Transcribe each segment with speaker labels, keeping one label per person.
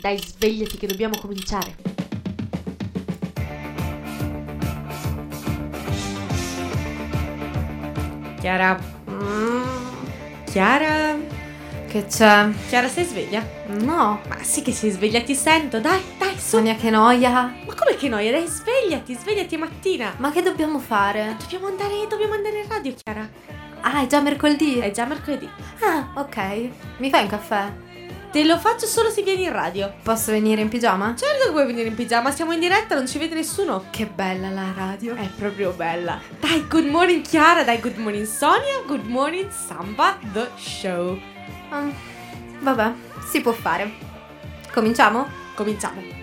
Speaker 1: Dai, svegliati che dobbiamo cominciare.
Speaker 2: Chiara. Chiara.
Speaker 1: Mm. Che c'è?
Speaker 2: Chiara, sei sveglia?
Speaker 1: No,
Speaker 2: Ma sì che sei sveglia, ti sento. Dai, dai, su.
Speaker 1: Sonia che noia.
Speaker 2: Ma come che noia? Dai, svegliati, svegliati mattina.
Speaker 1: Ma che dobbiamo fare?
Speaker 2: Dobbiamo andare, dobbiamo andare in radio, Chiara.
Speaker 1: Ah, è già mercoledì.
Speaker 2: È già mercoledì.
Speaker 1: Ah, ok. Mi fai un caffè?
Speaker 2: Te lo faccio solo se vieni in radio.
Speaker 1: Posso venire in pigiama?
Speaker 2: Certo che puoi venire in pigiama, siamo in diretta, non ci vede nessuno.
Speaker 1: Che bella la radio.
Speaker 2: È proprio bella. Dai, good morning Chiara, dai, good morning Sonia, good morning Samba the Show.
Speaker 1: Ah, vabbè, si può fare. Cominciamo?
Speaker 2: Cominciamo.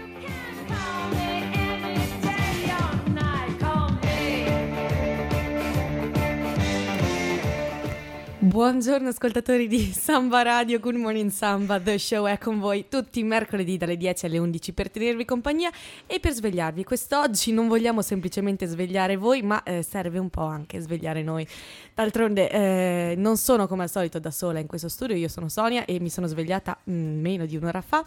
Speaker 2: Buongiorno ascoltatori di Samba Radio, Good Morning Samba, The Show è con voi tutti i mercoledì dalle 10 alle 11 per tenervi compagnia e per svegliarvi. Quest'oggi non vogliamo semplicemente svegliare voi, ma eh, serve un po' anche svegliare noi. D'altronde eh, non sono come al solito da sola in questo studio, io sono Sonia e mi sono svegliata mm, meno di un'ora fa.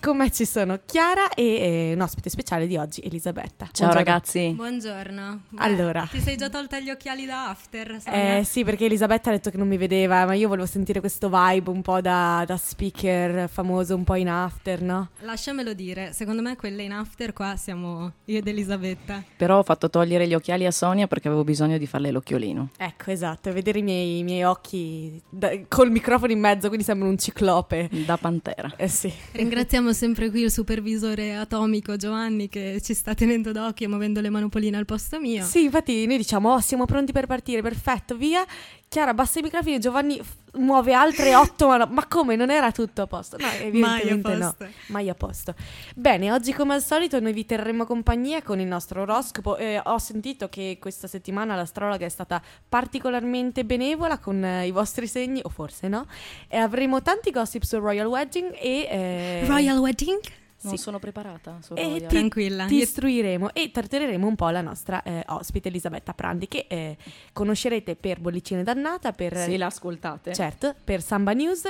Speaker 2: Con me ci sono Chiara e eh, un ospite speciale di oggi, Elisabetta.
Speaker 3: Ciao
Speaker 2: Buongiorno.
Speaker 3: ragazzi.
Speaker 4: Buongiorno. Beh,
Speaker 2: Allora.
Speaker 4: Ti sei già tolta gli occhiali da after? Sonia?
Speaker 2: Eh sì, perché Elisabetta ha detto che non mi vedeva, ma io volevo sentire questo vibe un po' da, da speaker famoso, un po' in after, no?
Speaker 4: Lasciamelo dire, secondo me quelle in after qua siamo io ed Elisabetta.
Speaker 3: Però ho fatto togliere gli occhiali a Sonia perché avevo bisogno di farle l'occhiolino.
Speaker 2: Ecco, esatto, vedere i miei, i miei occhi da- col microfono in mezzo, quindi sembro un ciclope.
Speaker 3: Da pantera.
Speaker 2: Eh sì.
Speaker 4: Ringraziamo sempre qui il supervisore atomico Giovanni che ci sta tenendo d'occhio e muovendo le manopoline al posto mio.
Speaker 2: Sì, infatti noi diciamo, oh, siamo pronti per partire, perfetto, via. Chiara, basta i microfoni, Giovanni f- muove altre otto, ma, ma come? Non era tutto a posto? No, evidentemente no.
Speaker 4: posto.
Speaker 2: Mai a posto. Bene, oggi come al solito noi vi terremo compagnia con il nostro oroscopo. Eh, ho sentito che questa settimana l'astrologa è stata particolarmente benevola con eh, i vostri segni, o forse no. E avremo tanti gossip sul Royal Wedding e... eh,
Speaker 4: Royal Wedding?
Speaker 3: Non
Speaker 2: Sì.
Speaker 3: sono preparata. sono
Speaker 2: E
Speaker 3: royal.
Speaker 2: ti-
Speaker 4: Tranquilla.
Speaker 2: ti
Speaker 4: Io-
Speaker 2: istruiremo e tartereremo un po' la nostra eh, ospite Elisabetta Prandi che eh, conoscerete per Bollicine Dannata, per,
Speaker 3: Se la ascoltate.
Speaker 2: certo, per Samba News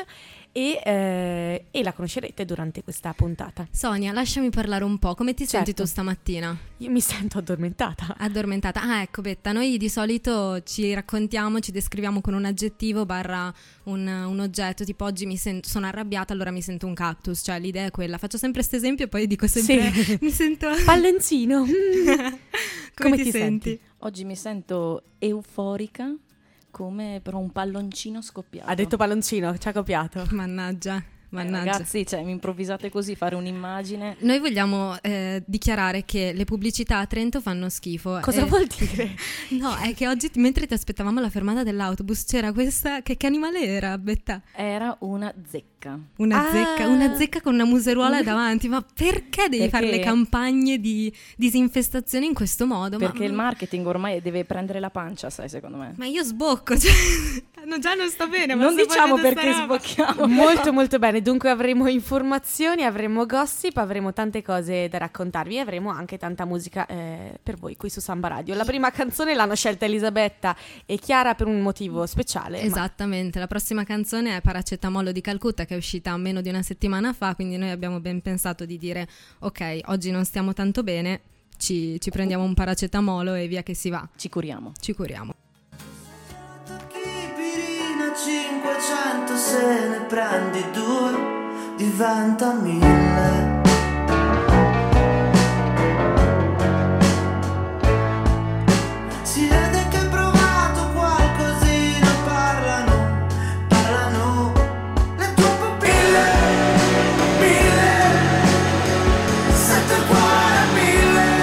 Speaker 2: e, eh, e la conoscerete durante questa puntata.
Speaker 4: Sonia, lasciami parlare un po', come ti senti
Speaker 2: Certo.
Speaker 4: tu stamattina?
Speaker 2: Io mi sento addormentata.
Speaker 4: Addormentata. Ah, ecco Betta, noi di solito ci raccontiamo, ci descriviamo con un aggettivo barra un, un oggetto, tipo oggi mi sen- sono arrabbiata, allora mi sento un cactus, cioè l'idea è quella. Faccio sempre questo esempio e poi dico sempre
Speaker 2: Sì.
Speaker 4: mi sento
Speaker 2: Palloncino.
Speaker 4: Come,
Speaker 2: Come ti senti?
Speaker 3: Oggi mi sento euforica come per un palloncino scoppiato.
Speaker 2: ha detto palloncino, ci ha copiato.
Speaker 4: Mannaggia,
Speaker 3: Eh,
Speaker 4: mannaggia.
Speaker 3: Ragazzi, cioè, mi improvvisate così, fare un'immagine.
Speaker 4: Noi vogliamo eh, dichiarare che le pubblicità a Trento fanno schifo.
Speaker 2: Cosa
Speaker 4: Eh,
Speaker 2: vuol dire?
Speaker 4: No, è che oggi mentre ti aspettavamo la fermata dell'autobus c'era questa che, che animale era, Betta?
Speaker 3: Era una zecca.
Speaker 4: Una
Speaker 2: Ah.
Speaker 4: zecca, una zecca con una museruola davanti, ma perché devi fare le
Speaker 3: Perché?
Speaker 4: campagne di disinfestazione in questo modo? Ma- mm,
Speaker 3: Perché il marketing ormai deve prendere la pancia, sai, secondo me.
Speaker 4: Ma io sbocco, cioè,
Speaker 2: Eh,
Speaker 4: no, già non sto bene. ma
Speaker 3: non
Speaker 4: sto
Speaker 3: diciamo
Speaker 4: facendo
Speaker 3: perché
Speaker 4: sta roba.
Speaker 3: sbocchiamo.
Speaker 2: Molto molto bene, dunque avremo informazioni, avremo gossip, avremo tante cose da raccontarvi e avremo anche tanta musica eh, per voi qui su Samba Radio. La prima canzone l'hanno scelta Elisabetta e Chiara per un motivo speciale. ma-
Speaker 4: Esatto. Esattamente, la prossima canzone è Paracetamolo di Calcutta che è uscita meno di una settimana fa, quindi noi abbiamo ben pensato di dire ok, oggi non stiamo tanto bene, ci, ci prendiamo un paracetamolo e via che si va,
Speaker 3: Ci curiamo.
Speaker 4: ci curiamo.
Speaker 5: Chibirina 500 se ne prendi due diventa mille Si vede che hai provato qualcosina parlano, parlano le tue pupille Mille, sette cuore mille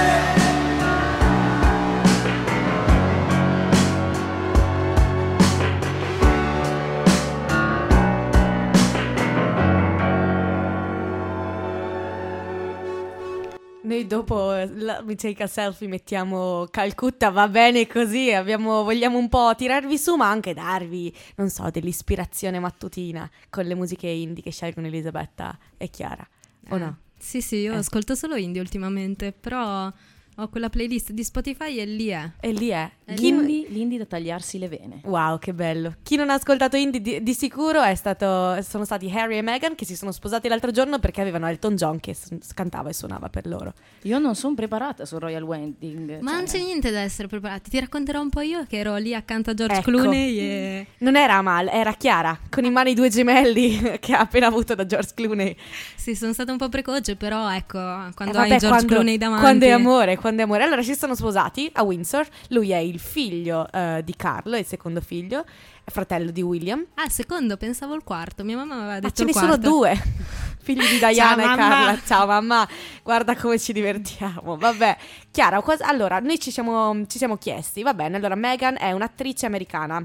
Speaker 2: Noi dopo eh, la We Take a Selfie mettiamo Calcutta, va bene così, abbiamo- vogliamo un po' tirarvi su ma anche darvi, non so, dell'ispirazione mattutina con le musiche indie che scelgono Elisabetta e Chiara, o
Speaker 4: Eh,
Speaker 2: no?
Speaker 4: Sì, sì, io
Speaker 2: Eh.
Speaker 4: ascolto solo indie ultimamente, però Ho quella playlist di Spotify e lì è.
Speaker 2: E lì è.
Speaker 4: Eh,
Speaker 2: Chi-
Speaker 4: lui-
Speaker 3: L'indie, l'indie da tagliarsi le vene.
Speaker 2: Wow, che bello. Chi non ha ascoltato Indie di, di sicuro è stato, sono stati Harry e Meghan che si sono sposati l'altro giorno perché avevano Elton John che s- cantava e suonava per loro.
Speaker 3: Io non sono preparata sul Royal
Speaker 2: Eh,
Speaker 3: Wedding.
Speaker 4: Ma
Speaker 3: cioè-
Speaker 4: non c'è niente da essere preparati. Ti racconterò un po' io che ero lì accanto a George
Speaker 2: Ecco.
Speaker 4: Clooney e
Speaker 2: Non era Amal, era Chiara, con in mano i due gemelli che ha appena avuto da George Clooney.
Speaker 4: sì, sono stata un po' precoce, però ecco, quando
Speaker 2: Eh, vabbè,
Speaker 4: hai George
Speaker 2: quando-
Speaker 4: Clooney davanti.
Speaker 2: Quando è amore, quando è amore. Allora si sono sposati a Windsor. Lui è il figlio eh, di Carlo, è il secondo figlio, è fratello di William.
Speaker 4: Ah, il secondo, pensavo il quarto. Mia mamma aveva
Speaker 2: Ma
Speaker 4: detto
Speaker 2: ce
Speaker 4: il
Speaker 2: ne sono
Speaker 4: quarto.
Speaker 2: due. Figli di Diana
Speaker 4: Ciao,
Speaker 2: e
Speaker 4: mamma.
Speaker 2: Carla. Ciao mamma, guarda come ci divertiamo. Vabbè, Chiara, cosa- allora noi ci siamo, ci siamo chiesti, va bene, allora Megan è un'attrice americana,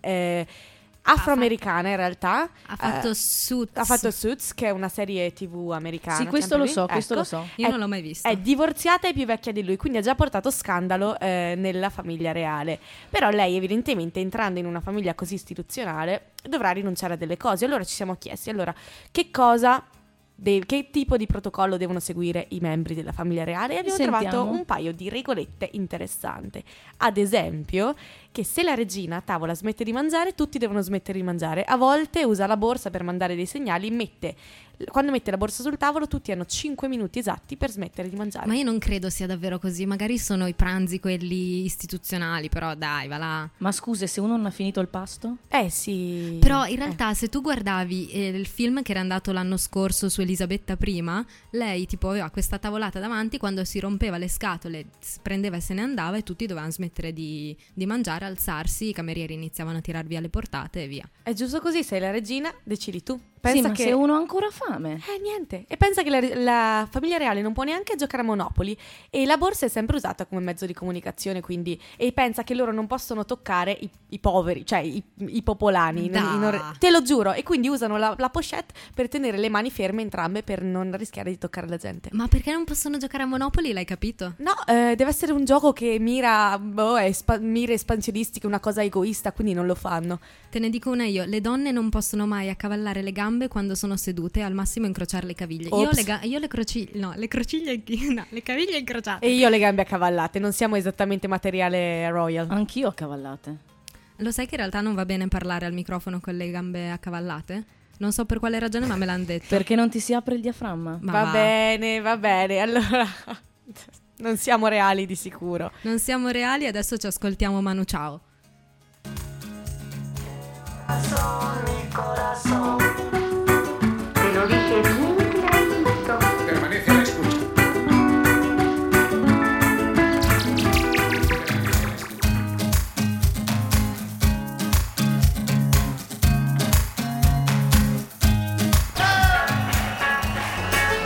Speaker 2: eh, afroamericana in realtà.
Speaker 4: Ha fatto
Speaker 2: Eh,
Speaker 4: Suits.
Speaker 2: Ha fatto Suits, che è una serie tv americana.
Speaker 3: Sì, questo lo
Speaker 2: sempre lì.
Speaker 3: so, questo lo
Speaker 2: Ecco.
Speaker 3: so.
Speaker 4: Io
Speaker 2: è-
Speaker 4: non l'ho mai visto.
Speaker 2: È divorziata e più vecchia di lui, quindi ha già portato scandalo eh, nella famiglia reale. Però lei, evidentemente, entrando in una famiglia così istituzionale, dovrà rinunciare a delle cose. Allora ci siamo chiesti, allora, che cosa... de- che tipo di protocollo devono seguire i membri della famiglia reale? E abbiamo
Speaker 3: Sentiamo.
Speaker 2: trovato un paio di regolette interessanti. Ad esempio, che se la regina a tavola smette di mangiare, tutti devono smettere di mangiare. A volte usa la borsa per mandare dei segnali, mette quando mette la borsa sul tavolo, tutti hanno 5 minuti esatti per smettere di mangiare.
Speaker 4: Ma io non credo sia davvero così. Magari sono i pranzi quelli istituzionali, però dai, va là.
Speaker 3: Ma scusa, se uno non ha finito il pasto?
Speaker 2: Eh sì. Eh.
Speaker 4: Però in realtà se tu guardavi eh, il film che era andato l'anno scorso su Elisabetta I, lei tipo aveva questa tavolata davanti quando si rompeva le scatole, s- prendeva e se ne andava e tutti dovevano smettere di, di mangiare, alzarsi, i camerieri iniziavano a tirar via le portate e via.
Speaker 2: Eh, è giusto così, sei la regina, decidi tu.
Speaker 3: sì,
Speaker 2: Pensa
Speaker 3: ma
Speaker 2: che
Speaker 3: se uno ha ancora fame.
Speaker 2: Eh, niente. E pensa che la, la famiglia reale non può neanche giocare a Monopoli e la borsa è sempre usata come mezzo di comunicazione, quindi e pensa che loro non possono toccare i, i poveri, cioè i, i popolani. in-
Speaker 4: Da.
Speaker 2: in or- te lo giuro, e quindi usano la, la pochette per tenere le mani ferme entrambe per non rischiare di toccare la gente.
Speaker 4: Ma perché non possono giocare a Monopoli, l'hai capito?
Speaker 2: No, eh, deve essere un gioco che mira boh, è espa- mire espansionistiche, una cosa egoista, quindi non lo fanno.
Speaker 4: Te ne dico una io, le donne non possono mai accavallare le gambe quando sono sedute, al massimo incrociare le caviglie. Io
Speaker 2: Ops.
Speaker 4: le, ga- io le crociglie, no, le crociglie, no, le caviglie incrociate.
Speaker 2: E io ho le gambe accavallate, non siamo esattamente materiale royal.
Speaker 3: Anch'io a cavallate.
Speaker 4: Lo sai che in realtà non va bene parlare al microfono con le gambe accavallate? Non so per quale ragione, ma me l'hanno detto.
Speaker 3: Perché non ti si apre il diaframma?
Speaker 4: Ma
Speaker 2: va,
Speaker 4: va.
Speaker 2: bene, va bene, allora non siamo reali di sicuro.
Speaker 4: Non siamo reali, adesso ci ascoltiamo Manu Ciao.
Speaker 6: Permanece a la escucha.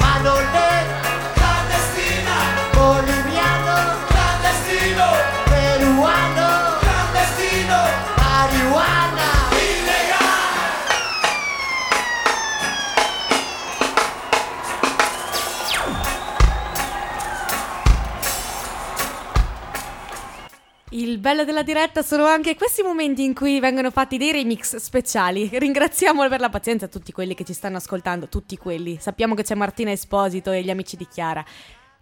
Speaker 5: Ma non è clandestina, boliviano, clandestino, peruano, clandestino, marijuana, illegale.
Speaker 2: Il bello della diretta sono anche questi momenti in cui vengono fatti dei remix speciali. Ringraziamo per la pazienza tutti quelli che ci stanno ascoltando, tutti quelli. Sappiamo che c'è Martina Esposito e gli amici di Chiara.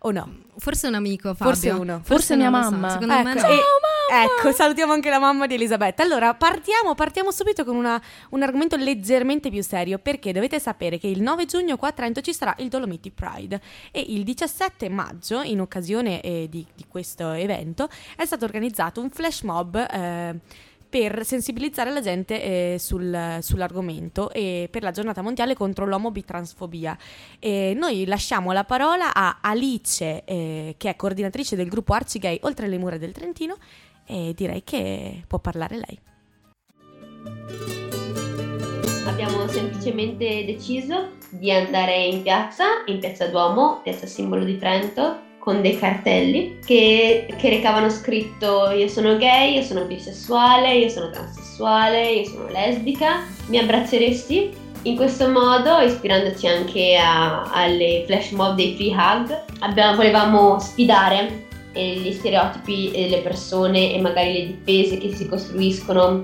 Speaker 2: O no?
Speaker 4: Forse un amico, Fabio.
Speaker 2: Forse uno.
Speaker 3: Forse mia
Speaker 4: non lo so,
Speaker 3: mamma.
Speaker 4: Secondo me
Speaker 2: Ecco,
Speaker 4: no.
Speaker 2: e- Ecco, salutiamo anche la mamma di Elisabetta. Allora, partiamo, partiamo subito con una- un argomento leggermente più serio, perché dovete sapere che il 9 giugno qua a Trento ci sarà il Dolomiti Pride e il 17 maggio, in occasione eh, di, di questo evento, è stato organizzato un flash mob eh, per sensibilizzare la gente eh, sul- sull'argomento e per la giornata mondiale contro l'omobitransfobia. E noi lasciamo la parola a Alice, eh, che è coordinatrice del gruppo Arcigay Oltre le mura del Trentino, e direi che può parlare lei.
Speaker 7: Abbiamo semplicemente deciso di andare in piazza, in piazza Duomo, piazza simbolo di Trento, con dei cartelli che, che recavano scritto io sono gay, io sono bisessuale, io sono transessuale, io sono lesbica, mi abbrazzeresti? In questo modo, ispirandoci anche a- alle flash mob dei free hug, abbiamo- volevamo sfidare eh, gli stereotipi eh, delle persone e magari le difese che si costruiscono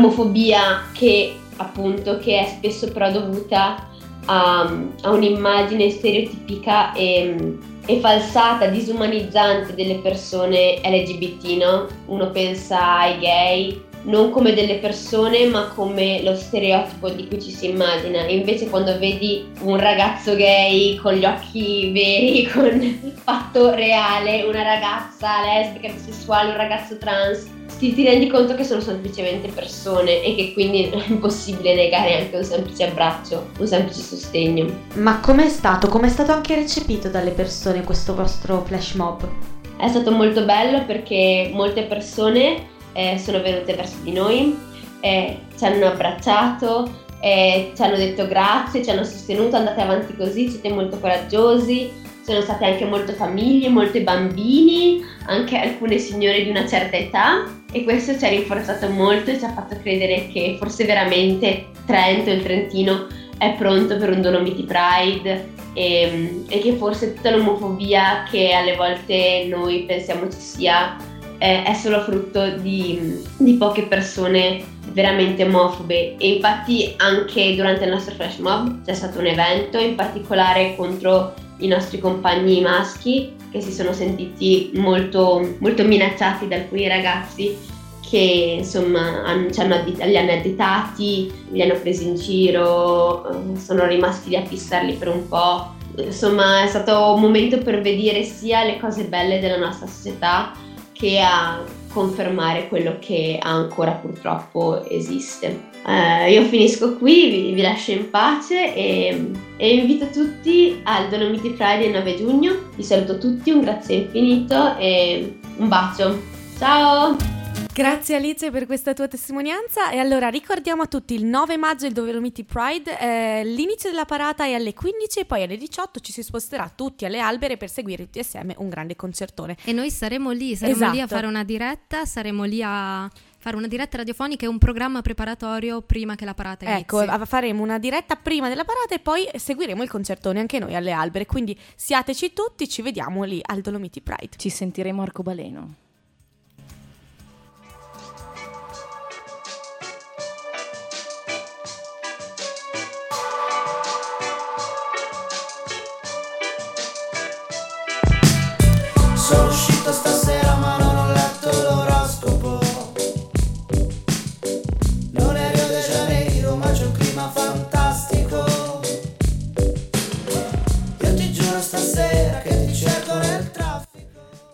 Speaker 7: l'omofobia che appunto che è spesso però dovuta a, a un'immagine stereotipica e mm, e falsata, disumanizzante delle persone LGBT, no? Uno pensa ai gay non come delle persone, ma come lo stereotipo di cui ci si immagina. E invece quando vedi un ragazzo gay con gli occhi veri, con fatto reale, una ragazza lesbica, bisessuale, un ragazzo trans, ti, ti rendi conto che sono semplicemente persone e che quindi è impossibile negare anche un semplice abbraccio, un semplice sostegno.
Speaker 6: Ma com'è stato? Com'è stato anche recepito dalle persone questo vostro flash mob?
Speaker 7: È stato molto bello perché molte persone eh, sono venute verso di noi, eh, ci hanno abbracciato, eh, ci hanno detto grazie, ci hanno sostenuto, andate avanti così, siete molto coraggiosi. Sono state anche molte famiglie, molti bambini, anche alcune signore di una certa età e questo ci ha rinforzato molto e ci ha fatto credere che forse veramente Trento, il Trentino, è pronto per un Dolomiti Pride e, e che forse tutta l'omofobia che alle volte noi pensiamo ci sia eh, è solo frutto di, di poche persone veramente omofobe e infatti anche durante il nostro flash mob c'è stato un evento in particolare contro i nostri compagni maschi che si sono sentiti molto, molto minacciati da alcuni ragazzi che insomma han- ci hanno addit- li hanno additati, li hanno presi in giro, eh, sono rimasti lì a fissarli per un po'. Insomma è stato un momento per vedere sia le cose belle della nostra società che a confermare quello che ancora purtroppo esiste. Eh, io finisco qui, vi, vi lascio in pace e, e invito tutti al Dolomiti Pride il 9 giugno. Vi saluto tutti, un grazie infinito e un bacio. Ciao!
Speaker 2: Grazie Alice per questa tua testimonianza e allora ricordiamo a tutti il 9 maggio il Dolomiti Pride, eh, l'inizio della parata è alle 15 e poi alle 18 ci si sposterà tutti alle albere per seguire tutti assieme un grande concertone.
Speaker 4: E noi saremo lì, saremo lì a
Speaker 2: Esatto.
Speaker 4: fare una diretta, saremo lì a fare una diretta radiofonica e un programma preparatorio prima che la parata inizi.
Speaker 2: Ecco, a- faremo una diretta prima della parata e poi seguiremo il concertone anche noi alle albere, quindi siateci tutti, ci vediamo lì al Dolomiti Pride.
Speaker 3: Ci sentiremo arcobaleno.
Speaker 5: Sono uscito stasera ma non ho letto l'oroscopo Non è Rio de Janeiro ma c'è un clima fantastico Io ti giuro stasera che ti cerco nel traffico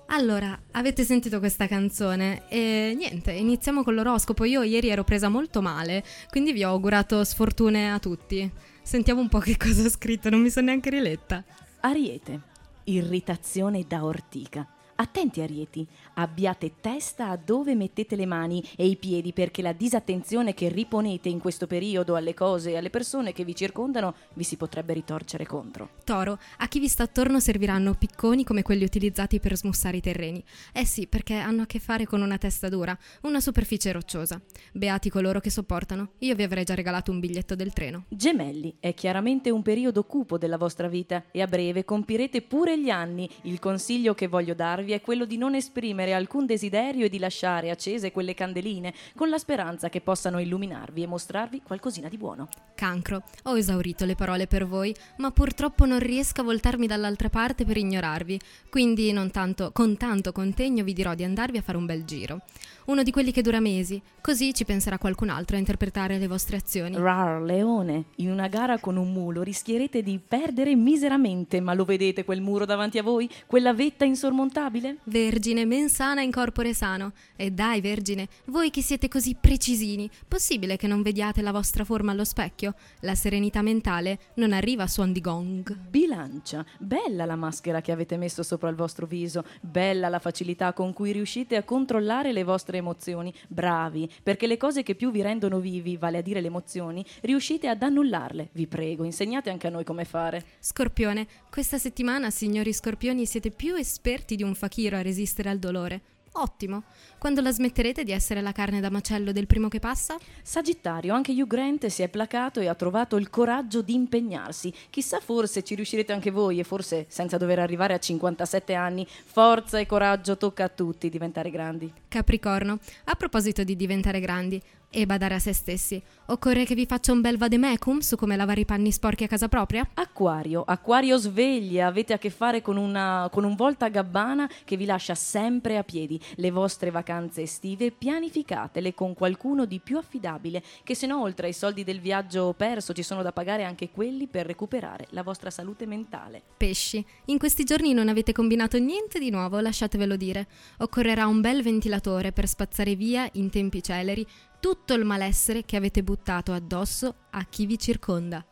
Speaker 4: Allora, avete sentito questa canzone e niente, iniziamo con l'oroscopo. Io ieri ero presa molto male, quindi vi ho augurato sfortune a tutti. Sentiamo un po' che cosa ho scritto, non mi sono neanche riletta.
Speaker 3: Ariete, irritazione da ortica. Attenti Arieti, abbiate testa a dove mettete le mani e i piedi perché la disattenzione che riponete in questo periodo alle cose e alle persone che vi circondano vi si potrebbe ritorcere contro.
Speaker 4: Toro, a chi vi sta attorno serviranno picconi come quelli utilizzati per smussare i terreni. Eh sì, perché hanno a che fare con una testa dura, una superficie rocciosa. Beati coloro che sopportano, io vi avrei già regalato un biglietto del treno.
Speaker 3: Gemelli, è chiaramente un periodo cupo della vostra vita e a breve compirete pure gli anni. Il consiglio che voglio darvi è quello di non esprimere alcun desiderio e di lasciare accese quelle candeline con la speranza che possano illuminarvi e mostrarvi qualcosina di buono.
Speaker 4: Cancro, ho esaurito le parole per voi, ma purtroppo non riesco a voltarmi dall'altra parte per ignorarvi, quindi non tanto, con tanto contegno vi dirò di andarvi a fare un bel giro. Uno di quelli che dura mesi, così ci penserà qualcun altro a interpretare le vostre azioni.
Speaker 3: Rar leone, in una gara con un mulo rischierete di perdere miseramente, ma lo vedete quel muro davanti a voi? Quella vetta insormontabile?
Speaker 4: Vergine, mensana in corpore sano. E dai, Vergine, voi che siete così precisini, possibile che non vediate la vostra forma allo specchio? La serenità mentale non arriva a suon di gong.
Speaker 3: Bilancia, bella la maschera che avete messo sopra il vostro viso, bella la facilità con cui riuscite a controllare le vostre emozioni, bravi, perché le cose che più vi rendono vivi, vale a dire le emozioni, riuscite ad annullarle. Vi prego, insegnate anche a noi come fare.
Speaker 4: Scorpione, questa settimana, signori scorpioni, siete più esperti di un fakiro a resistere al dolore. Ottimo! Quando la smetterete di essere la carne da macello del primo che passa?
Speaker 3: Sagittario, anche Hugh Grant si è placato e ha trovato il coraggio di impegnarsi. Chissà forse ci riuscirete anche voi e forse senza dover arrivare a 57 anni. Forza e coraggio, tocca a tutti diventare grandi.
Speaker 4: Capricorno, a proposito di diventare grandi, e badare a se stessi. Occorre che vi faccia un bel vademecum su come lavare i panni sporchi a casa propria?
Speaker 3: Acquario, acquario sveglia, avete a che fare con, una, con un volta gabbana che vi lascia sempre a piedi. Le vostre vacanze estive pianificatele con qualcuno di più affidabile, che se no oltre ai soldi del viaggio perso ci sono da pagare anche quelli per recuperare la vostra salute mentale.
Speaker 4: Pesci, in questi giorni non avete combinato niente di nuovo, lasciatevelo dire. Occorrerà un bel ventilatore per spazzare via in tempi celeri tutto il malessere che avete buttato addosso a chi vi circonda.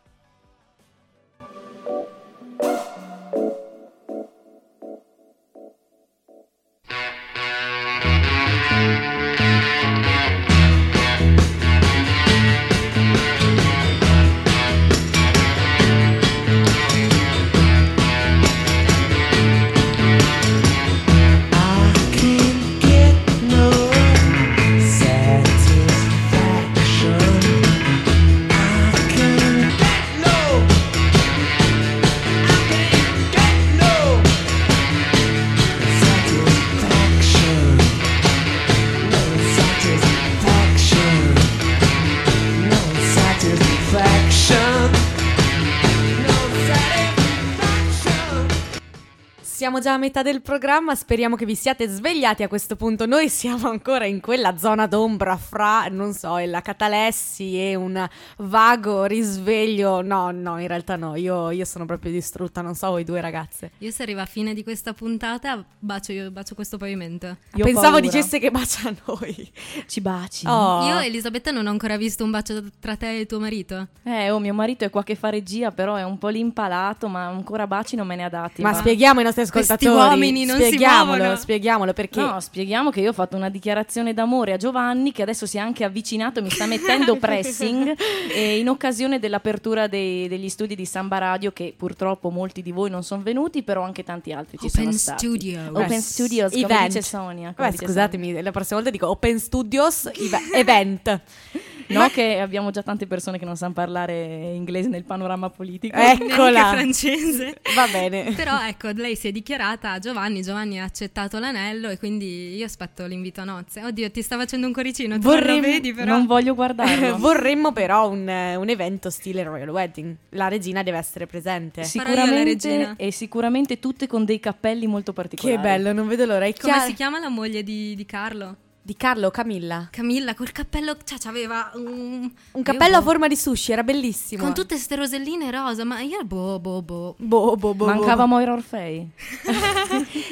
Speaker 2: Siamo già a metà del programma, speriamo che vi siate svegliati a questo punto. Noi siamo ancora in quella zona d'ombra fra, non so, la catalessi e un vago risveglio. No, no, in realtà no, io, io sono proprio distrutta, non so voi due ragazze.
Speaker 4: Io se arrivo a fine di questa puntata bacio, io bacio questo pavimento.
Speaker 3: Io ho
Speaker 2: Ah, Pensavo
Speaker 3: paura.
Speaker 2: dicesse che bacia a noi.
Speaker 3: Ci baci.
Speaker 2: Oh.
Speaker 4: Io, Elisabetta, non ho ancora visto un bacio tra te e tuo marito.
Speaker 3: Eh, oh, mio marito è qua che fa regia, però è un po' l'impalato, ma ancora baci non me ne ha dati.
Speaker 2: Ma
Speaker 3: va.
Speaker 2: spieghiamo ai nostri
Speaker 4: Questi
Speaker 2: ascoltatori.
Speaker 4: uomini non si
Speaker 2: spieghiamolo,
Speaker 4: muovono.
Speaker 2: spieghiamolo perché
Speaker 3: No, spieghiamo che io ho fatto una dichiarazione d'amore a Giovanni che adesso si è anche avvicinato, mi sta mettendo pressing eh, in occasione dell'apertura dei- degli studi di Samba Radio che purtroppo molti di voi non sono venuti, però anche tanti altri ci sono
Speaker 4: Open
Speaker 3: stati.
Speaker 4: Studio.
Speaker 2: Oh.
Speaker 3: Open Studios, come
Speaker 2: Event.
Speaker 3: dice Sonia. come
Speaker 2: Beh,
Speaker 3: dice
Speaker 2: scusatemi, la prossima volta dico Open Studios Eve- Event.
Speaker 3: Sonia. No, che abbiamo già tante persone che non sanno parlare inglese nel panorama politico.
Speaker 4: Eh,
Speaker 2: Eccola.
Speaker 4: Neanche francese.
Speaker 2: Va bene.
Speaker 4: Però ecco, lei si è dichiarata a Giovanni, Giovanni ha accettato l'anello e quindi io aspetto l'invito a nozze. Oddio, ti sta facendo un coricino, tu non lo vedi però.
Speaker 3: non voglio guardarlo.
Speaker 2: Vorremmo però un, eh, un evento stile Royal Wedding. La regina deve essere presente.
Speaker 4: Farò io la
Speaker 3: Sicuramente,
Speaker 4: regina.
Speaker 3: e sicuramente tutte con dei cappelli molto particolari.
Speaker 2: Che bello, non vedo l'ora. È
Speaker 4: Come
Speaker 2: chiaro-
Speaker 4: si chiama la moglie di, di Carlo?
Speaker 2: Di Carlo Camilla.
Speaker 4: Camilla col cappello, cioè aveva un...
Speaker 2: Un cappello a
Speaker 4: forma
Speaker 2: forma di sushi, era bellissimo.
Speaker 4: Con tutte ste roselline rosa, ma io boh boh boh.
Speaker 2: Boh, boh, boh,
Speaker 3: Mancava
Speaker 2: boh.
Speaker 3: Moira Orfei.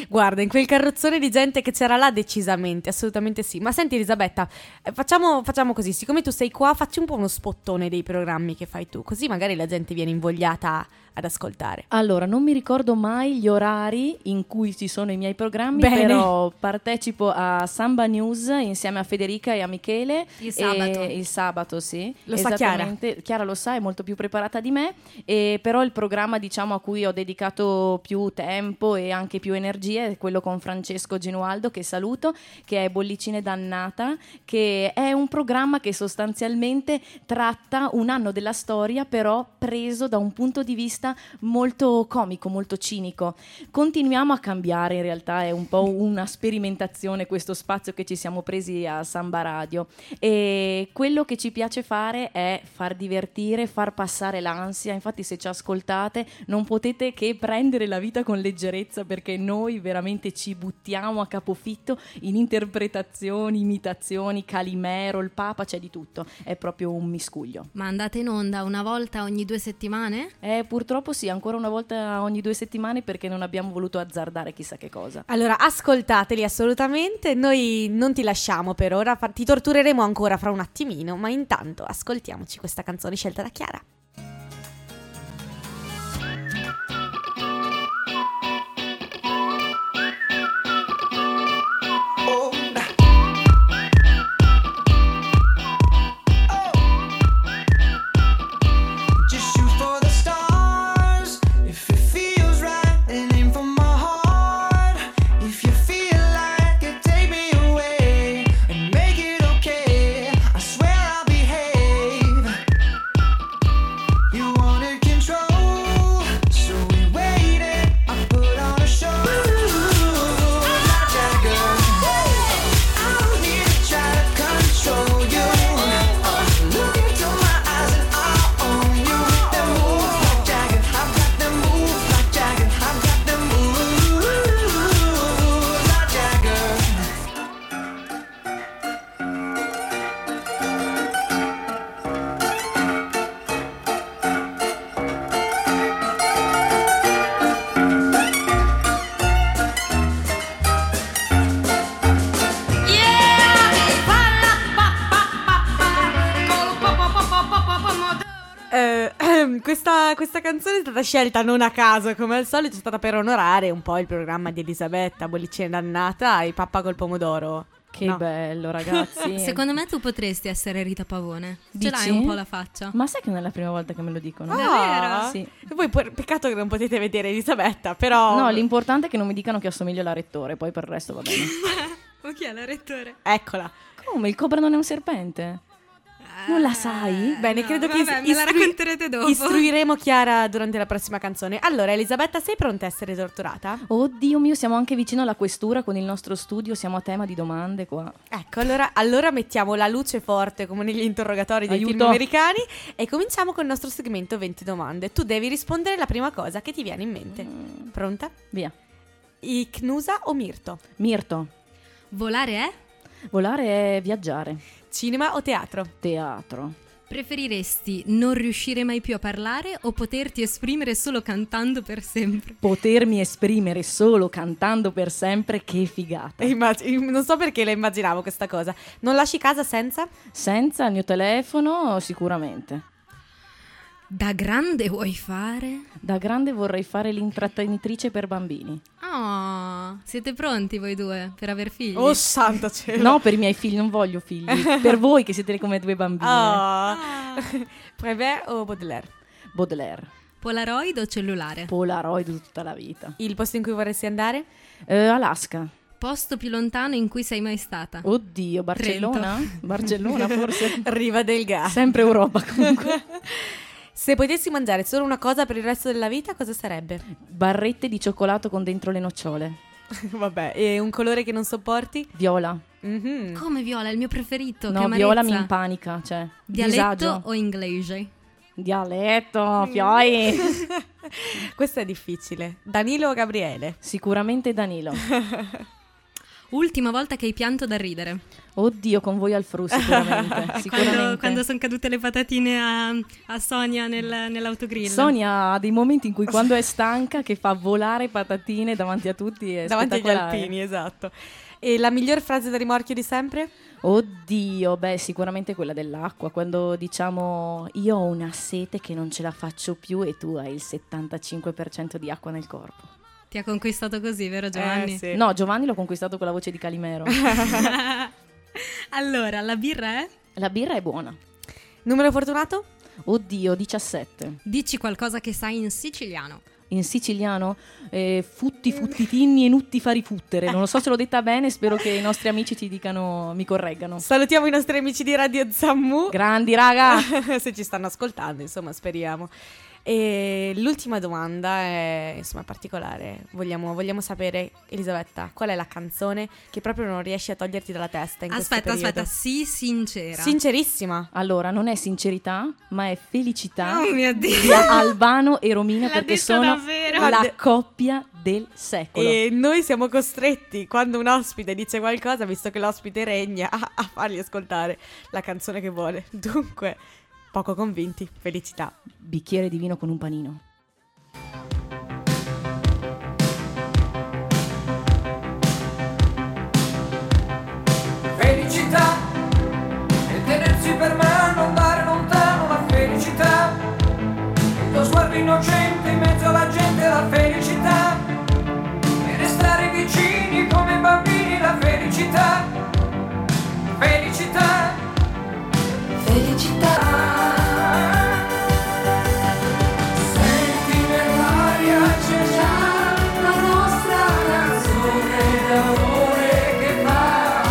Speaker 2: Guarda, in quel carrozzone di gente che c'era là, decisamente, assolutamente sì. Ma senti, Elisabetta, eh, facciamo, facciamo così: siccome tu sei qua, facci un po' uno spottone dei programmi che fai tu, così magari la gente viene invogliata ad ascoltare.
Speaker 3: Allora, non mi ricordo mai gli orari in cui ci sono i miei programmi,
Speaker 2: Bene.
Speaker 3: però partecipo a Samba News insieme a Federica e a Michele.
Speaker 4: Il
Speaker 3: E-
Speaker 4: sabato.
Speaker 3: il sabato, sì.
Speaker 2: Lo sa
Speaker 3: Esattamente. Chiara lo sa, è molto più preparata di me, e però il programma diciamo, a cui ho dedicato più tempo e anche più energie è quello con Francesco Genualdo, che saluto, che è Bollicine Dannata, che è un programma che sostanzialmente tratta un anno della storia, però preso da un punto di vista molto comico, molto cinico. Continuiamo a cambiare, in realtà è un po' una sperimentazione questo spazio che ci siamo presi a Samba Radio. E quello che ci piace fare è far divertire, far passare l'ansia. Infatti, se ci ascoltate, non potete che prendere la vita con leggerezza perché noi veramente ci buttiamo a capofitto in interpretazioni, imitazioni, Calimero, il Papa, c'è di tutto. È proprio un miscuglio.
Speaker 4: Ma andate in onda una volta ogni due settimane?
Speaker 3: Eh, purtroppo sì, ancora una volta ogni due settimane perché non abbiamo voluto azzardare chissà che cosa.
Speaker 2: Allora, ascoltateli assolutamente. Noi non ti lasciamo per ora, fa- ti tortureremo ancora fra un attimino, ma intanto ascoltiamoci questa canzone scelta da Chiara.
Speaker 5: Just shoot for the stars if it feels right, and aim for my heart. If you feel like it, take me away and make it okay. I swear I'll behave.
Speaker 2: Eh, questa, questa canzone è stata scelta non a caso, come al solito, è stata per onorare un po' il programma di Elisabetta, bollicina d'annata e pappa col pomodoro.
Speaker 3: Che
Speaker 2: No.
Speaker 3: bello, ragazzi.
Speaker 4: Secondo me tu potresti essere Rita Pavone. Ce l'hai
Speaker 3: Dici?
Speaker 4: un po' la faccia.
Speaker 3: Ma sai che non è la prima volta che me lo dicono?
Speaker 2: Ah.
Speaker 3: Sì.
Speaker 2: E poi per- peccato che non potete vedere Elisabetta, però...
Speaker 3: No, l'importante è che non mi dicano che assomiglio alla rettore, poi per il resto va bene.
Speaker 4: Ma chi è la rettore?
Speaker 2: Eccola.
Speaker 3: Come? Il cobra non è un serpente? Non la sai?
Speaker 2: Bene,
Speaker 4: Eh, no,
Speaker 2: credo che
Speaker 4: vabbè,
Speaker 2: is-
Speaker 4: me la
Speaker 2: istrui-
Speaker 4: racconterete dopo.
Speaker 2: istruiremo Chiara durante la prossima canzone. Allora, Elisabetta, sei pronta a essere torturata?
Speaker 3: Oddio mio, siamo anche vicino alla questura con il nostro studio, siamo a tema di domande qua.
Speaker 2: Ecco, allora, allora mettiamo la luce forte come negli interrogatori dei film
Speaker 3: Aiuto.
Speaker 2: americani e cominciamo col nostro segmento 20 domande. Tu devi rispondere la prima cosa che ti viene in mente. Pronta?
Speaker 3: Via.
Speaker 2: Icnusa o Mirto?
Speaker 3: Mirto,
Speaker 4: Volare è?
Speaker 3: volare è viaggiare.
Speaker 2: Cinema o teatro?
Speaker 3: Teatro.
Speaker 4: Preferiresti non riuscire mai più a parlare o poterti esprimere solo cantando per sempre?
Speaker 3: Potermi esprimere solo cantando per sempre, che figata.
Speaker 2: E immag- non so perché la immaginavo questa cosa. Non lasci casa senza?
Speaker 3: Senza il mio telefono, sicuramente.
Speaker 4: Da grande vuoi fare?
Speaker 3: Da grande vorrei fare l'intrattenitrice per bambini.
Speaker 4: Oh, siete pronti voi due per aver figli?
Speaker 2: Oh, santo cielo!
Speaker 3: Eh, No, per i miei figli, non voglio figli. Per voi che siete come due bambine.
Speaker 2: Oh. Prévert o Baudelaire?
Speaker 3: Baudelaire,
Speaker 4: Polaroid o cellulare?
Speaker 3: Polaroid tutta la vita.
Speaker 2: Il posto in cui vorresti andare?
Speaker 3: Eh, Alaska.
Speaker 4: Ah. Posto più lontano in cui sei mai stata?
Speaker 3: Oh. Oddio, Barcellona? Barcellona forse.
Speaker 2: Riva del Garda.
Speaker 3: Sempre Europa comunque.
Speaker 2: Se potessi mangiare solo una cosa per il resto della vita, cosa sarebbe?
Speaker 3: Barrette di cioccolato con dentro le nocciole.
Speaker 2: Vabbè, e un colore che non sopporti?
Speaker 3: Viola.
Speaker 2: Mhm.
Speaker 4: Come viola, è il mio preferito.
Speaker 3: no,
Speaker 4: che
Speaker 3: viola mi
Speaker 4: amarezza.
Speaker 3: impanica, cioè.
Speaker 4: Dialetto
Speaker 3: disagio.
Speaker 4: o inglese?
Speaker 3: Dialetto, fioi.
Speaker 2: Questo è difficile. Danilo o Gabriele?
Speaker 3: Sicuramente Danilo.
Speaker 4: Ultima volta che hai pianto da ridere.
Speaker 3: Oddio, con voi al fru sicuramente. sicuramente.
Speaker 4: Quando, quando sono cadute le patatine a, a Sonia nel- nell'autogrill.
Speaker 3: Sonia ha dei momenti in cui quando è stanca che fa volare patatine davanti a tutti è
Speaker 2: Davanti agli
Speaker 3: spettacolare.
Speaker 2: alpini, esatto. E la miglior frase da rimorchio di sempre?
Speaker 3: Oddio, beh, sicuramente quella dell'acqua, quando diciamo io ho una sete che non ce la faccio più e tu hai il 75% di acqua nel corpo.
Speaker 4: Ti ha conquistato così, vero Giovanni?
Speaker 2: Eh, sì.
Speaker 3: No, Giovanni l'ho conquistato con la voce di Calimero.
Speaker 4: allora, la birra è?
Speaker 3: la birra è buona.
Speaker 2: Numero fortunato?
Speaker 3: Oddio, 17.
Speaker 4: Dici qualcosa che sai in siciliano.
Speaker 3: In siciliano eh, futti futtitinni e nutti fari futtere. Non lo so se l'ho detta bene, spero che i nostri amici ci dicano, mi correggano.
Speaker 2: Salutiamo i nostri amici di Radio Zammu.
Speaker 3: Grandi raga!
Speaker 2: Se ci stanno ascoltando, insomma, speriamo. E l'ultima domanda è insomma particolare. Vogliamo, vogliamo sapere, Elisabetta, qual è la canzone che proprio non riesci a toglierti dalla testa? In questo
Speaker 4: Aspetta,
Speaker 2: periodo?
Speaker 4: aspetta, sii sincera.
Speaker 2: Sincerissima.
Speaker 3: Allora, non è sincerità, ma è felicità.
Speaker 4: Oh mio Dio.
Speaker 3: di Albano e Romina
Speaker 4: L'ha
Speaker 3: perché
Speaker 4: detto
Speaker 3: sono
Speaker 4: davvero.
Speaker 3: la coppia del secolo.
Speaker 2: E noi siamo costretti, quando un ospite dice qualcosa, visto che l'ospite regna, a, a fargli ascoltare la canzone che vuole. Dunque, poco convinti, felicità.
Speaker 3: Bicchiere di vino con un panino.
Speaker 8: felicità e tenersi per mano andare lontano la felicità il tuo sguardo innocente in mezzo alla gente la felicità e restare vicini come bambini la felicità felicità felicità senti nell'aria c'è già la nostra canzone d'amore che fa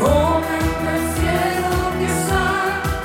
Speaker 8: come un pensiero che sa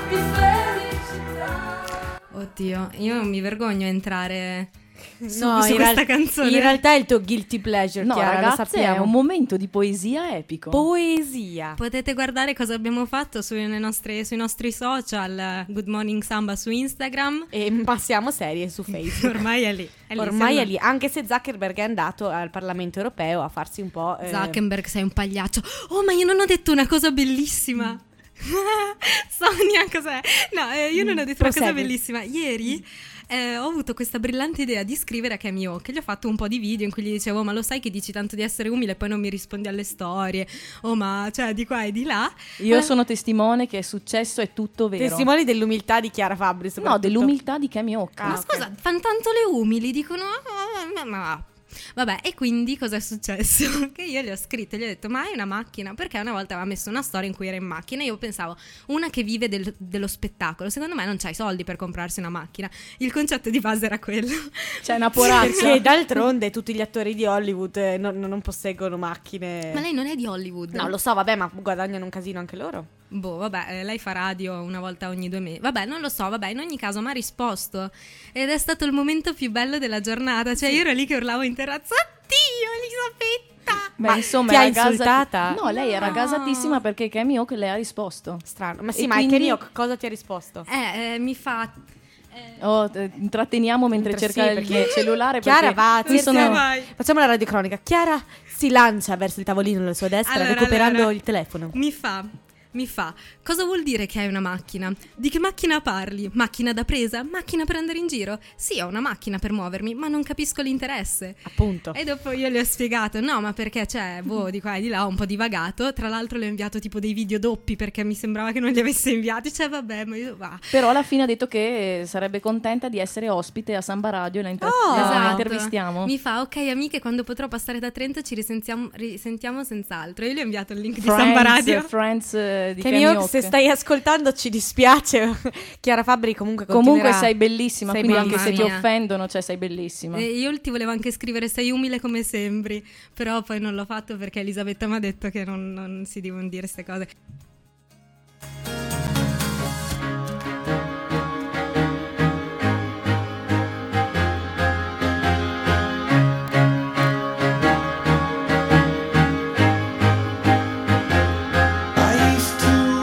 Speaker 8: di felicità.
Speaker 4: Oddio, io mi vergogno a entrare su,
Speaker 2: No,
Speaker 4: su
Speaker 2: in
Speaker 4: questa
Speaker 2: real-
Speaker 4: canzone.
Speaker 2: In realtà è il tuo guilty pleasure,
Speaker 3: No,
Speaker 2: Chiara, lo
Speaker 3: ragazzi,
Speaker 2: sappiamo.
Speaker 3: è un momento di poesia epico.
Speaker 2: poesia.
Speaker 4: Potete guardare cosa abbiamo fatto sulle nostre- sui nostri social, Good Morning Samba su Instagram.
Speaker 2: E passiamo serie su Facebook.
Speaker 4: Ormai è lì. È lì,
Speaker 2: Ormai
Speaker 4: sembra-
Speaker 2: è lì, anche se Zuckerberg è andato al Parlamento europeo a farsi un po'... eh,
Speaker 4: Zuckerberg, sei un pagliaccio. Oh, ma io non ho detto una cosa bellissima. Sonia, cos'è? No, eh, io non ho detto una cosa
Speaker 2: Prosegui.
Speaker 4: bellissima. Ieri eh, ho avuto questa brillante idea di scrivere a Cameo, che gli ho fatto un po' di video in cui gli dicevo "Oh, ma lo sai che dici tanto di essere umile e poi non mi rispondi alle storie, oh ma cioè di qua e di là.
Speaker 3: Io
Speaker 4: Eh.
Speaker 3: sono testimone che è successo, è tutto vero.
Speaker 2: Testimoni dell'umiltà di Chiara Fabri.
Speaker 3: no,
Speaker 2: soprattutto.
Speaker 3: dell'umiltà di Kemi Occa.
Speaker 2: Ah,
Speaker 4: ma
Speaker 2: ok.
Speaker 4: scusa, fanno tanto le umili, dicono "Ah, ma, ma- ma- Vabbè, e quindi cosa è successo? Che io le ho scritto, gli ho detto, ma hai una macchina? Perché una volta aveva messo una storia in cui era in macchina e io pensavo, una che vive del- dello spettacolo, secondo me non c'ha i soldi per comprarsi una macchina. Il concetto di base era quello.
Speaker 3: C'è Cioè, una poraccia.
Speaker 2: Perché d'altronde tutti gli attori di Hollywood eh, non, non posseggono macchine.
Speaker 4: Ma lei non è di Hollywood?
Speaker 2: Eh. No, lo so, vabbè, ma guadagnano un casino anche loro.
Speaker 4: Boh, vabbè, eh, lei fa radio una volta ogni due mesi. Vabbè, non lo so, vabbè, in ogni caso mi ha risposto. Ed è stato il momento più bello della giornata. Cioè, io ero lì che urlavo in terrazzo, Oddio, Elisabetta!
Speaker 3: Beh,
Speaker 2: Ma
Speaker 3: insomma,
Speaker 2: ti ha
Speaker 3: era gasati-
Speaker 2: insultata?
Speaker 3: No, lei era
Speaker 4: No.
Speaker 3: gasatissima perché Kemi Occa le ha risposto.
Speaker 2: Strano. Ma
Speaker 3: E
Speaker 2: sì, ma
Speaker 3: quindi-
Speaker 2: Kenny Hawk cosa ti ha risposto?
Speaker 4: Eh, eh, mi fa... eh,
Speaker 3: Oh, eh, intratteniamo mentre
Speaker 2: Mentre-
Speaker 3: cerca
Speaker 2: sì,
Speaker 3: il
Speaker 2: perché-
Speaker 3: cellulare.
Speaker 2: Chiara
Speaker 3: perché
Speaker 2: va,
Speaker 3: qui
Speaker 2: zitto.
Speaker 3: sono-
Speaker 2: Facciamo la radiocronica. Chiara si lancia verso il tavolino alla sua destra
Speaker 4: Allora,
Speaker 2: recuperando
Speaker 4: allora.
Speaker 2: il telefono.
Speaker 4: Mi fa... Mi fa, cosa vuol dire che hai una macchina? Di che macchina parli? Macchina da presa? Macchina per andare in giro? Sì, ho una macchina per muovermi, ma non capisco l'interesse.
Speaker 2: Appunto.
Speaker 4: E dopo io le ho spiegato, no, ma perché c'è, boh, di qua e di là, ho un po' divagato. Tra l'altro le ho inviato tipo dei video doppi perché mi sembrava che non li avesse inviati. Cioè, vabbè, ma io va.
Speaker 3: Però alla fine ha detto che eh, sarebbe contenta di essere ospite a Samba Radio e la, inter-
Speaker 2: Oh,
Speaker 3: la
Speaker 4: Esatto.
Speaker 3: Ah, intervistiamo.
Speaker 4: Mi fa, ok amiche, quando potrò passare da Trento ci risentiamo, risentiamo senz'altro. Io le ho inviato il link
Speaker 3: Friends,
Speaker 4: di Samba Radio.
Speaker 3: Friends eh, di
Speaker 2: Kenny
Speaker 3: Kemi
Speaker 2: Hawk,
Speaker 3: Occa.
Speaker 2: Cioè, se stai ascoltando ci dispiace. Chiara Fabri comunque
Speaker 3: Comunque
Speaker 2: continuerà.
Speaker 3: sei bellissima,
Speaker 2: Sei Eh,
Speaker 3: quindi
Speaker 4: bellissima.
Speaker 3: anche se ti
Speaker 4: Mamma mia.
Speaker 3: offendono, cioè sei bellissima.
Speaker 4: E io ti volevo anche scrivere sei umile come sembri, però poi non l'ho fatto perché Elisabetta mi ha detto che non, non si devono dire queste cose.
Speaker 5: Ice to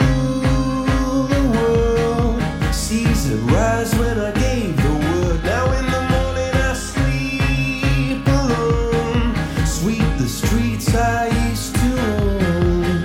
Speaker 5: the world. Caesar rise when I gave the word. Now in the morning I sleep alone. Sweep the streets I used to own.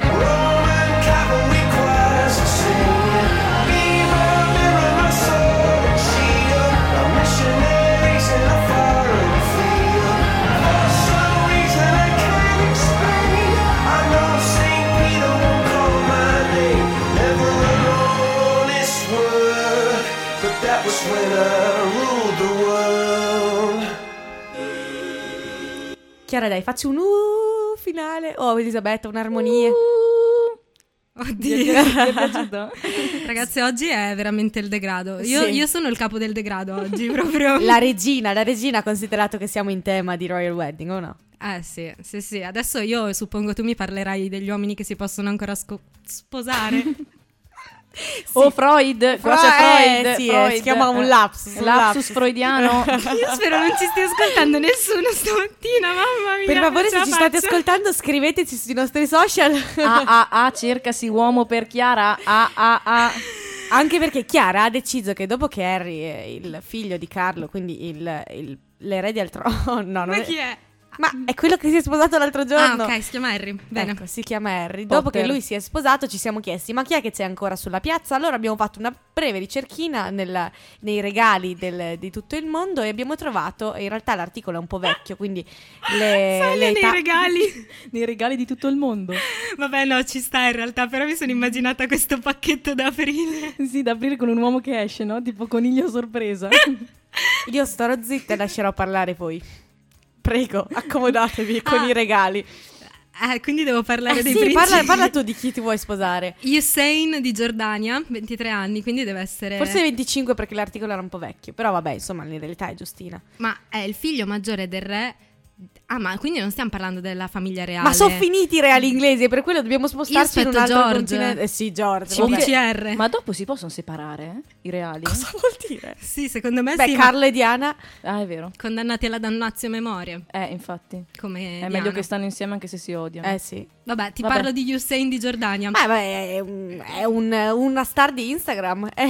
Speaker 5: Roman cavalry choirs sing. Mirror, mirror, my soul and shield. The missionaries in a foreign field. For some reason I can't explain. I know Saint Peter won't call my name. Never alone this word. But that was when I ruled the world.
Speaker 2: Chiara, dai, facci un uh finale. Oh, Elisabetta, un'armonia.
Speaker 4: Uh, Oddio.
Speaker 3: Ti è piaciuto?
Speaker 4: Ragazzi, oggi è veramente il degrado. Io,
Speaker 2: Sì.
Speaker 4: io sono il capo del degrado oggi, proprio.
Speaker 2: La regina, la regina, considerato che siamo in tema di Royal Wedding, o no?
Speaker 4: Eh sì, sì, sì. Adesso io suppongo tu mi parlerai degli uomini che si possono ancora sco- sposare.
Speaker 3: Oh Freud, qua c'è
Speaker 2: Freud,
Speaker 3: Freud.
Speaker 2: sì, eh,
Speaker 3: Freud.
Speaker 2: si chiama un lapsus, un lapsus.
Speaker 3: Lapsus freudiano.
Speaker 4: Io spero non ci stia ascoltando nessuno stamattina, mamma mia.
Speaker 2: Per favore,
Speaker 4: non ce
Speaker 2: se
Speaker 4: la
Speaker 2: ci state
Speaker 4: faccio. Ah,
Speaker 2: ascoltando, scriveteci sui nostri social.
Speaker 3: AAA, cercasi uomo per Chiara.
Speaker 4: ah.
Speaker 3: AAA.
Speaker 2: Ah, Anche perché Chiara ha deciso che dopo che Harry è il figlio di Carlo, quindi il, il- l'erede al trono, no, non
Speaker 4: Ma
Speaker 2: è-
Speaker 4: chi è?
Speaker 2: ma è quello che si è sposato l'altro giorno.
Speaker 4: Ah, ok, si chiama Harry. Bene.
Speaker 2: Ecco, si chiama Harry.
Speaker 3: Potter.
Speaker 2: Dopo che lui si è sposato, ci siamo chiesti: ma chi è che c'è ancora sulla piazza? Allora abbiamo fatto una breve ricerchina nella- nei regali del- di tutto il mondo e abbiamo trovato. In realtà l'articolo è un po' vecchio, quindi le,
Speaker 4: Sale
Speaker 2: le
Speaker 4: nei
Speaker 2: età-
Speaker 4: regali.
Speaker 3: Nei regali di tutto il mondo.
Speaker 4: Vabbè, no, ci sta in realtà, però mi sono immaginata questo pacchetto da aprile.
Speaker 3: Sì, da aprire con un uomo che esce, no? Tipo coniglio sorpresa.
Speaker 2: Io starò zitta e lascerò parlare voi. Prego, accomodatevi con
Speaker 4: Ah.
Speaker 2: i regali.
Speaker 4: Eh, quindi devo parlare
Speaker 2: Eh
Speaker 4: dei
Speaker 2: sì,
Speaker 4: principi.
Speaker 2: parla, parla tu di chi ti vuoi sposare.
Speaker 4: Usain di Giordania, 23 anni, quindi deve essere...
Speaker 2: Forse 25 perché l'articolo era un po' vecchio, però vabbè, insomma, in realtà è Giustina.
Speaker 4: Ma è il figlio maggiore del re. Ah, ma quindi non stiamo parlando della famiglia reale.
Speaker 2: Ma sono finiti i reali inglesi e per quello dobbiamo spostarci in un
Speaker 4: aspetto
Speaker 2: altro
Speaker 4: George.
Speaker 2: continente. Eh sì, George. vabbè.
Speaker 4: CBCR.
Speaker 3: Ma dopo si possono separare eh? i reali?
Speaker 2: Eh. Cosa vuol dire?
Speaker 4: Sì, secondo me
Speaker 2: Beh,
Speaker 4: sì. ma
Speaker 2: Carlo e Diana.
Speaker 3: Ah, è vero.
Speaker 4: Condannati alla dannazio memoria.
Speaker 3: Eh, infatti.
Speaker 4: Come
Speaker 3: È
Speaker 4: Diana.
Speaker 3: meglio che stanno insieme anche se si odiano.
Speaker 2: Eh sì.
Speaker 4: Vabbè, ti
Speaker 3: Vabbè.
Speaker 4: parlo di Usain di Giordania.
Speaker 2: Ma vabbè, è, un- è un- una star di Instagram. eh.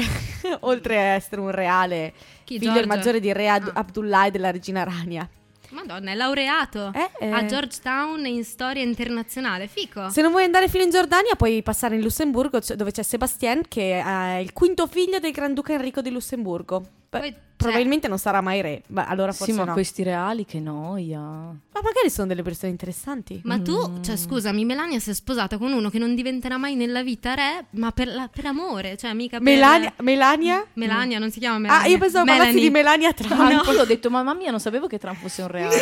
Speaker 2: oltre a essere un reale
Speaker 4: Chi,
Speaker 2: figlio
Speaker 4: George?
Speaker 2: il maggiore di Re Ad-
Speaker 4: Ah.
Speaker 2: Abdullah e della regina Rania.
Speaker 4: Madonna, è laureato
Speaker 2: Eh, eh.
Speaker 4: a Georgetown in storia internazionale. Fico.
Speaker 2: Se non vuoi andare fino in Giordania, puoi passare in Lussemburgo, c- dove c'è Sebastien, che è il quinto figlio del Granduca Enrico di Lussemburgo. Beh,
Speaker 4: Poi c'è-
Speaker 2: probabilmente non sarà mai re, ma allora forse
Speaker 3: Sì, ma
Speaker 2: no.
Speaker 3: questi reali che noia.
Speaker 2: Ma magari sono delle persone interessanti.
Speaker 4: Ma
Speaker 2: Mm.
Speaker 4: tu, cioè scusami, Melania si è sposata con uno che non diventerà mai nella vita re, ma per, la- per amore, cioè mica per...
Speaker 2: Melania, Melania?
Speaker 4: Melania, non si chiama Melania.
Speaker 2: Ah, io pensavo parlassi di Melania Trump.
Speaker 3: Anch'io ho detto, mamma mia, non sapevo che Trump fosse un reale.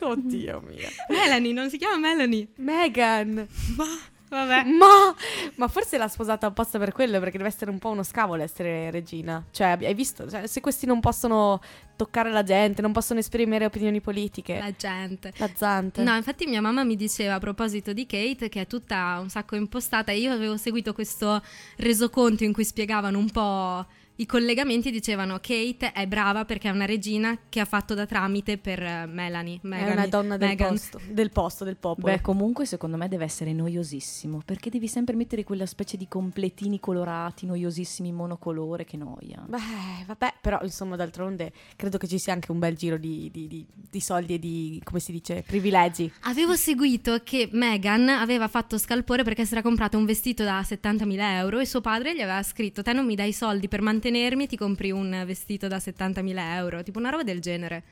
Speaker 2: Oddio mio.
Speaker 4: Melanie, non si chiama Melanie. Boh,
Speaker 2: Megan.
Speaker 4: Eh.
Speaker 2: Mm.
Speaker 4: Vabbè.
Speaker 2: Ma, ma forse l'ha sposata apposta per quello, perché deve essere un po' uno scavolo essere regina. Cioè, abbi- hai visto? Cioè, se questi non possono toccare la gente, non possono esprimere opinioni politiche.
Speaker 4: La gente.
Speaker 2: Lazzante.
Speaker 4: Eh, No, infatti mia mamma mi diceva a proposito di Kate che è tutta un sacco impostata e io avevo seguito questo resoconto in cui spiegavano un po' i collegamenti e dicevano Kate è brava perché è una regina che ha fatto da tramite per eh, Melanie.
Speaker 2: è
Speaker 4: Meghan,
Speaker 2: una donna del
Speaker 4: Meghan.
Speaker 2: posto, del posto, del popolo.
Speaker 3: Beh, comunque secondo me deve essere noiosissimo, perché devi sempre mettere quella specie di completini colorati, noiosissimi, monocolore, che noia.
Speaker 2: Beh, vabbè, però insomma, d'altronde credo che ci sia anche un bel giro di, di- di- di soldi e di, come si dice, privilegi.
Speaker 4: Avevo seguito che Meghan aveva fatto scalpore perché si era comprata un vestito da 70.000 euro e suo padre gli aveva scritto te non mi dai i soldi per mantenermi ti compri un vestito da 70.000 euro, tipo una roba del genere.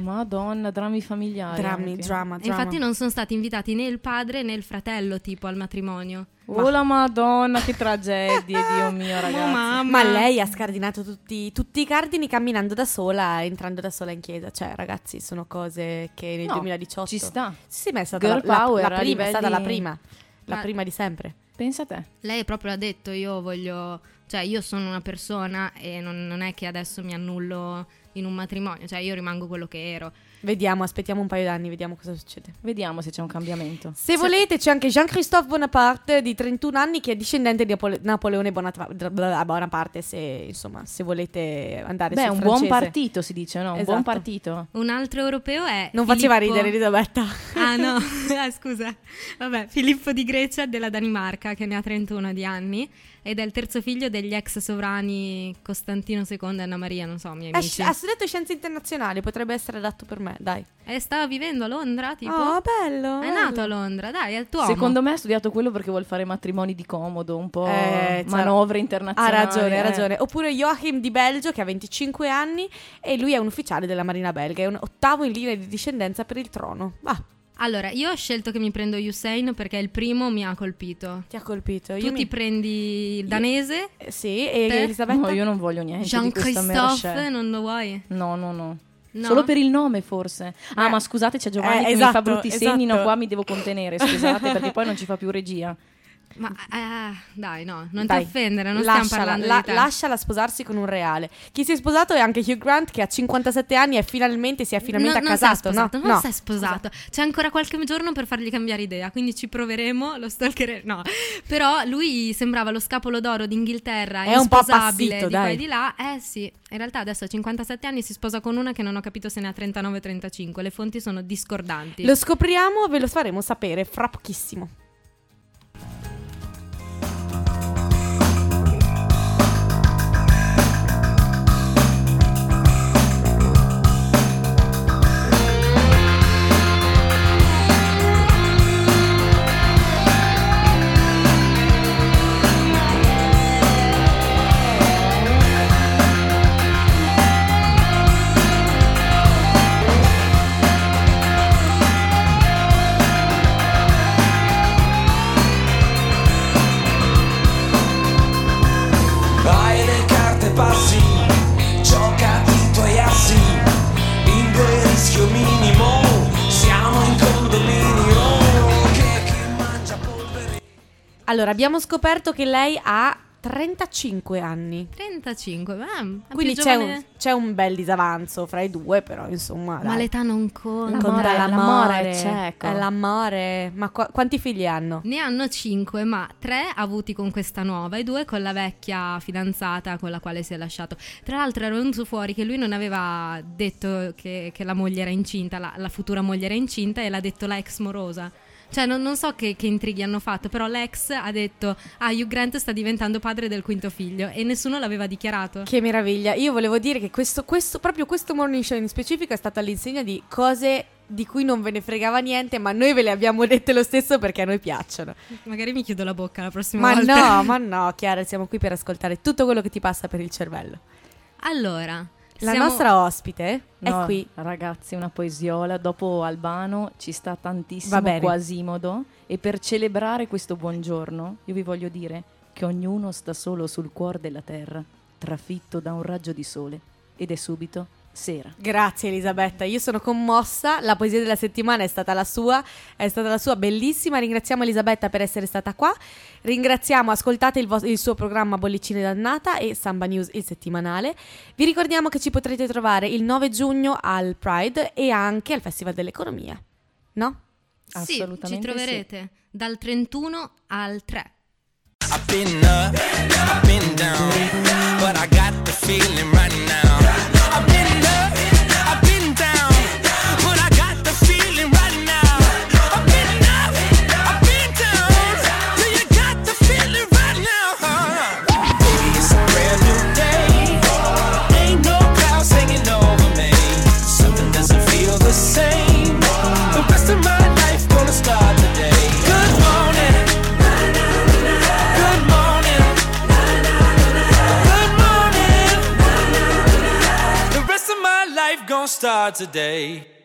Speaker 3: Madonna, drammi familiari.
Speaker 2: Drammi,
Speaker 3: anche.
Speaker 2: drama,
Speaker 4: E
Speaker 2: drama.
Speaker 4: infatti non sono stati invitati né il padre né il fratello tipo al matrimonio.
Speaker 3: Oh la madonna, che tragedie, Dio
Speaker 2: Oh,
Speaker 3: mio, ragazzi.
Speaker 2: Ma lei ha scardinato tutti, tutti i cardini camminando da sola, entrando da sola in chiesa. Cioè, ragazzi, sono cose che nel
Speaker 3: No,
Speaker 2: 2018
Speaker 3: ci sta.
Speaker 2: Sì, sì, ma è stata la,
Speaker 3: Girl
Speaker 2: la- la
Speaker 3: power a
Speaker 2: prima, è stata la
Speaker 3: livelli-
Speaker 2: prima. La
Speaker 4: Ma-
Speaker 2: prima di sempre.
Speaker 3: Pensa a te.
Speaker 4: Lei proprio ha detto io voglio, cioè io sono una persona e non, non è che adesso mi annullo in un matrimonio, cioè io rimango quello che ero.
Speaker 2: Vediamo, aspettiamo un paio d'anni, vediamo cosa succede.
Speaker 3: Vediamo se c'è un cambiamento.
Speaker 2: Se volete, c'è anche Jean-Christophe Bonaparte di 31 anni che è discendente di Apole- Napoleone Bonatra- bla- bla- Bonaparte. Se insomma, se volete andare
Speaker 3: Beh,
Speaker 2: sul
Speaker 3: un
Speaker 2: francese.
Speaker 3: buon partito si dice, no? Un
Speaker 2: Esatto.
Speaker 3: buon partito.
Speaker 4: Un altro europeo è...
Speaker 2: Non faceva
Speaker 4: Filippo-
Speaker 2: ridere Elisabetta.
Speaker 4: Ah no, Ah, scusa. Vabbè, Filippo di Grecia e della Danimarca che ne ha 31 di anni ed è il terzo figlio degli ex sovrani Costantino II e Anna Maria, non so, miei
Speaker 2: Ha
Speaker 4: amici.
Speaker 2: sci- ha studiato scienze internazionali, potrebbe essere adatto per me, dai.
Speaker 4: E stava Eh, vivendo a Londra, tipo...
Speaker 2: Oh, bello.
Speaker 4: è nato a Londra, dai, è il tuo uomo.
Speaker 3: Secondo me ha studiato quello perché vuol fare matrimoni di comodo, un po'
Speaker 2: Eh, c'ha-
Speaker 3: Oh, manovre
Speaker 2: Ha
Speaker 3: internazionali.
Speaker 2: ragione, ha
Speaker 3: eh.
Speaker 2: ragione. Oppure Joachim di Belgio che ha 25 anni e lui è un ufficiale della Marina belga, è un ottavo in linea di discendenza per il trono. Ah,
Speaker 4: Allora, io ho scelto che mi prendo Usain perché il primo mi ha colpito.
Speaker 2: ti ha colpito.
Speaker 4: Tu
Speaker 2: mi-
Speaker 4: ti prendi il danese,
Speaker 2: Eh, Sì, e
Speaker 4: Te?
Speaker 2: Elisabetta?
Speaker 3: No, io non voglio niente di questa
Speaker 4: Jean-Christophe,
Speaker 2: cioè.
Speaker 3: merce.
Speaker 4: non lo vuoi?
Speaker 3: No, no, no.
Speaker 4: No?
Speaker 3: Solo per il nome, forse. Ah,
Speaker 2: Eh.
Speaker 3: ma scusate, c'è
Speaker 2: Eh,
Speaker 3: Giovanni che mi fa
Speaker 2: esatto,
Speaker 3: brutti segni. No,
Speaker 2: esatto.
Speaker 3: qua mi devo contenere, scusate, perché poi non ci fa più regia.
Speaker 4: Ma eh, dai, no, non
Speaker 2: Dai,
Speaker 4: ti offendere, non stiamo
Speaker 2: lasciala,
Speaker 4: parlando
Speaker 2: la-
Speaker 4: di te.
Speaker 2: Lasciala sposarsi con un reale. Chi si è sposato è anche Hugh Grant che ha 57 anni e finalmente si è finalmente
Speaker 4: No, non si è
Speaker 2: accasato.
Speaker 4: sposato,
Speaker 2: no,
Speaker 4: non
Speaker 2: no. Esatto.
Speaker 4: si è sposato. C'è ancora qualche giorno per fargli cambiare idea, quindi ci proveremo, lo stalkeremo. No, però lui sembrava lo scapolo d'oro d'Inghilterra,
Speaker 2: È un po'
Speaker 4: insposabile,
Speaker 2: appassito,
Speaker 4: di qua
Speaker 2: dai.
Speaker 4: e di là. Eh sì, in realtà adesso a 57 anni si sposa con una che non ho capito se ne ha 39 o 35, le fonti sono discordanti.
Speaker 2: Lo scopriamo, ve lo faremo sapere fra pochissimo.
Speaker 5: Vai le carte passi, giocati i tuoi assi, il tuo rischio minimo, siamo in condominio, che chi mangia polvere...
Speaker 2: Allora, abbiamo scoperto che lei ha 35 anni.
Speaker 4: 35, ma è più
Speaker 2: Quindi c'è
Speaker 4: giovane-
Speaker 2: un, c'è un bel disavanzo fra i due, però insomma.
Speaker 4: Ma
Speaker 2: dai.
Speaker 4: l'età non conta.
Speaker 3: L'amore,
Speaker 2: Conta
Speaker 3: l'amore, cieco.
Speaker 2: È eh, l'amore. Ma qua- quanti figli hanno?
Speaker 4: Ne hanno 5, ma 3 avuti con questa nuova e 2 con la vecchia fidanzata con la quale si è lasciato. Tra l'altro era venuto fuori che lui non aveva detto che, che la moglie era incinta, la, la futura moglie era incinta e l'ha detto la ex morosa. Cioè non, non so che, che intrighi hanno fatto, però l'ex ha detto, ah, Hugh Grant sta diventando padre madre del quinto figlio e nessuno l'aveva dichiarato.
Speaker 2: Che meraviglia. Io volevo dire che questo, questo, proprio questo morning show in specifico è stata l'insegna di cose di cui non ve ne fregava niente, ma noi ve le abbiamo dette lo stesso perché a noi piacciono.
Speaker 4: Magari mi chiudo la bocca la prossima
Speaker 2: Ma
Speaker 4: volta.
Speaker 2: no, ma no, Chiara, siamo qui per ascoltare tutto quello che ti passa per il cervello.
Speaker 4: Allora,
Speaker 2: La
Speaker 4: siamo-
Speaker 2: nostra ospite
Speaker 3: No,
Speaker 2: è qui.
Speaker 3: Ragazzi, una poesiola. Dopo Albano ci sta
Speaker 2: Va
Speaker 3: tantissimo
Speaker 2: bene.
Speaker 3: Quasimodo. E per celebrare questo buongiorno, io vi voglio dire che ognuno sta solo sul cuore della terra, trafitto da un raggio di sole. Ed è subito sera.
Speaker 2: Grazie Elisabetta, io sono commossa, la poesia della settimana è stata la sua, è stata la sua bellissima, ringraziamo Elisabetta per essere stata qua, ringraziamo, ascoltate il, vos- il suo programma Bollicine Dannata e Samba News il settimanale, vi ricordiamo che ci potrete trovare il 9 giugno al Pride e anche al Festival dell'Economia, no?
Speaker 3: Assolutamente
Speaker 4: sì, ci
Speaker 3: sì.
Speaker 4: troverete dal 31 al 3.
Speaker 9: I've been up, I've been down, but I got the feeling right now. I've been up, I've been down, but I got the feeling right now. I've been up, I've been down, do you got the feeling right now? Baby, it's a brand new day. Ain't no clouds hanging over me. Something doesn't feel the same. The rest of my life gonna start today. Good morning. Good morning. Good morning. The rest of my life gonna start today.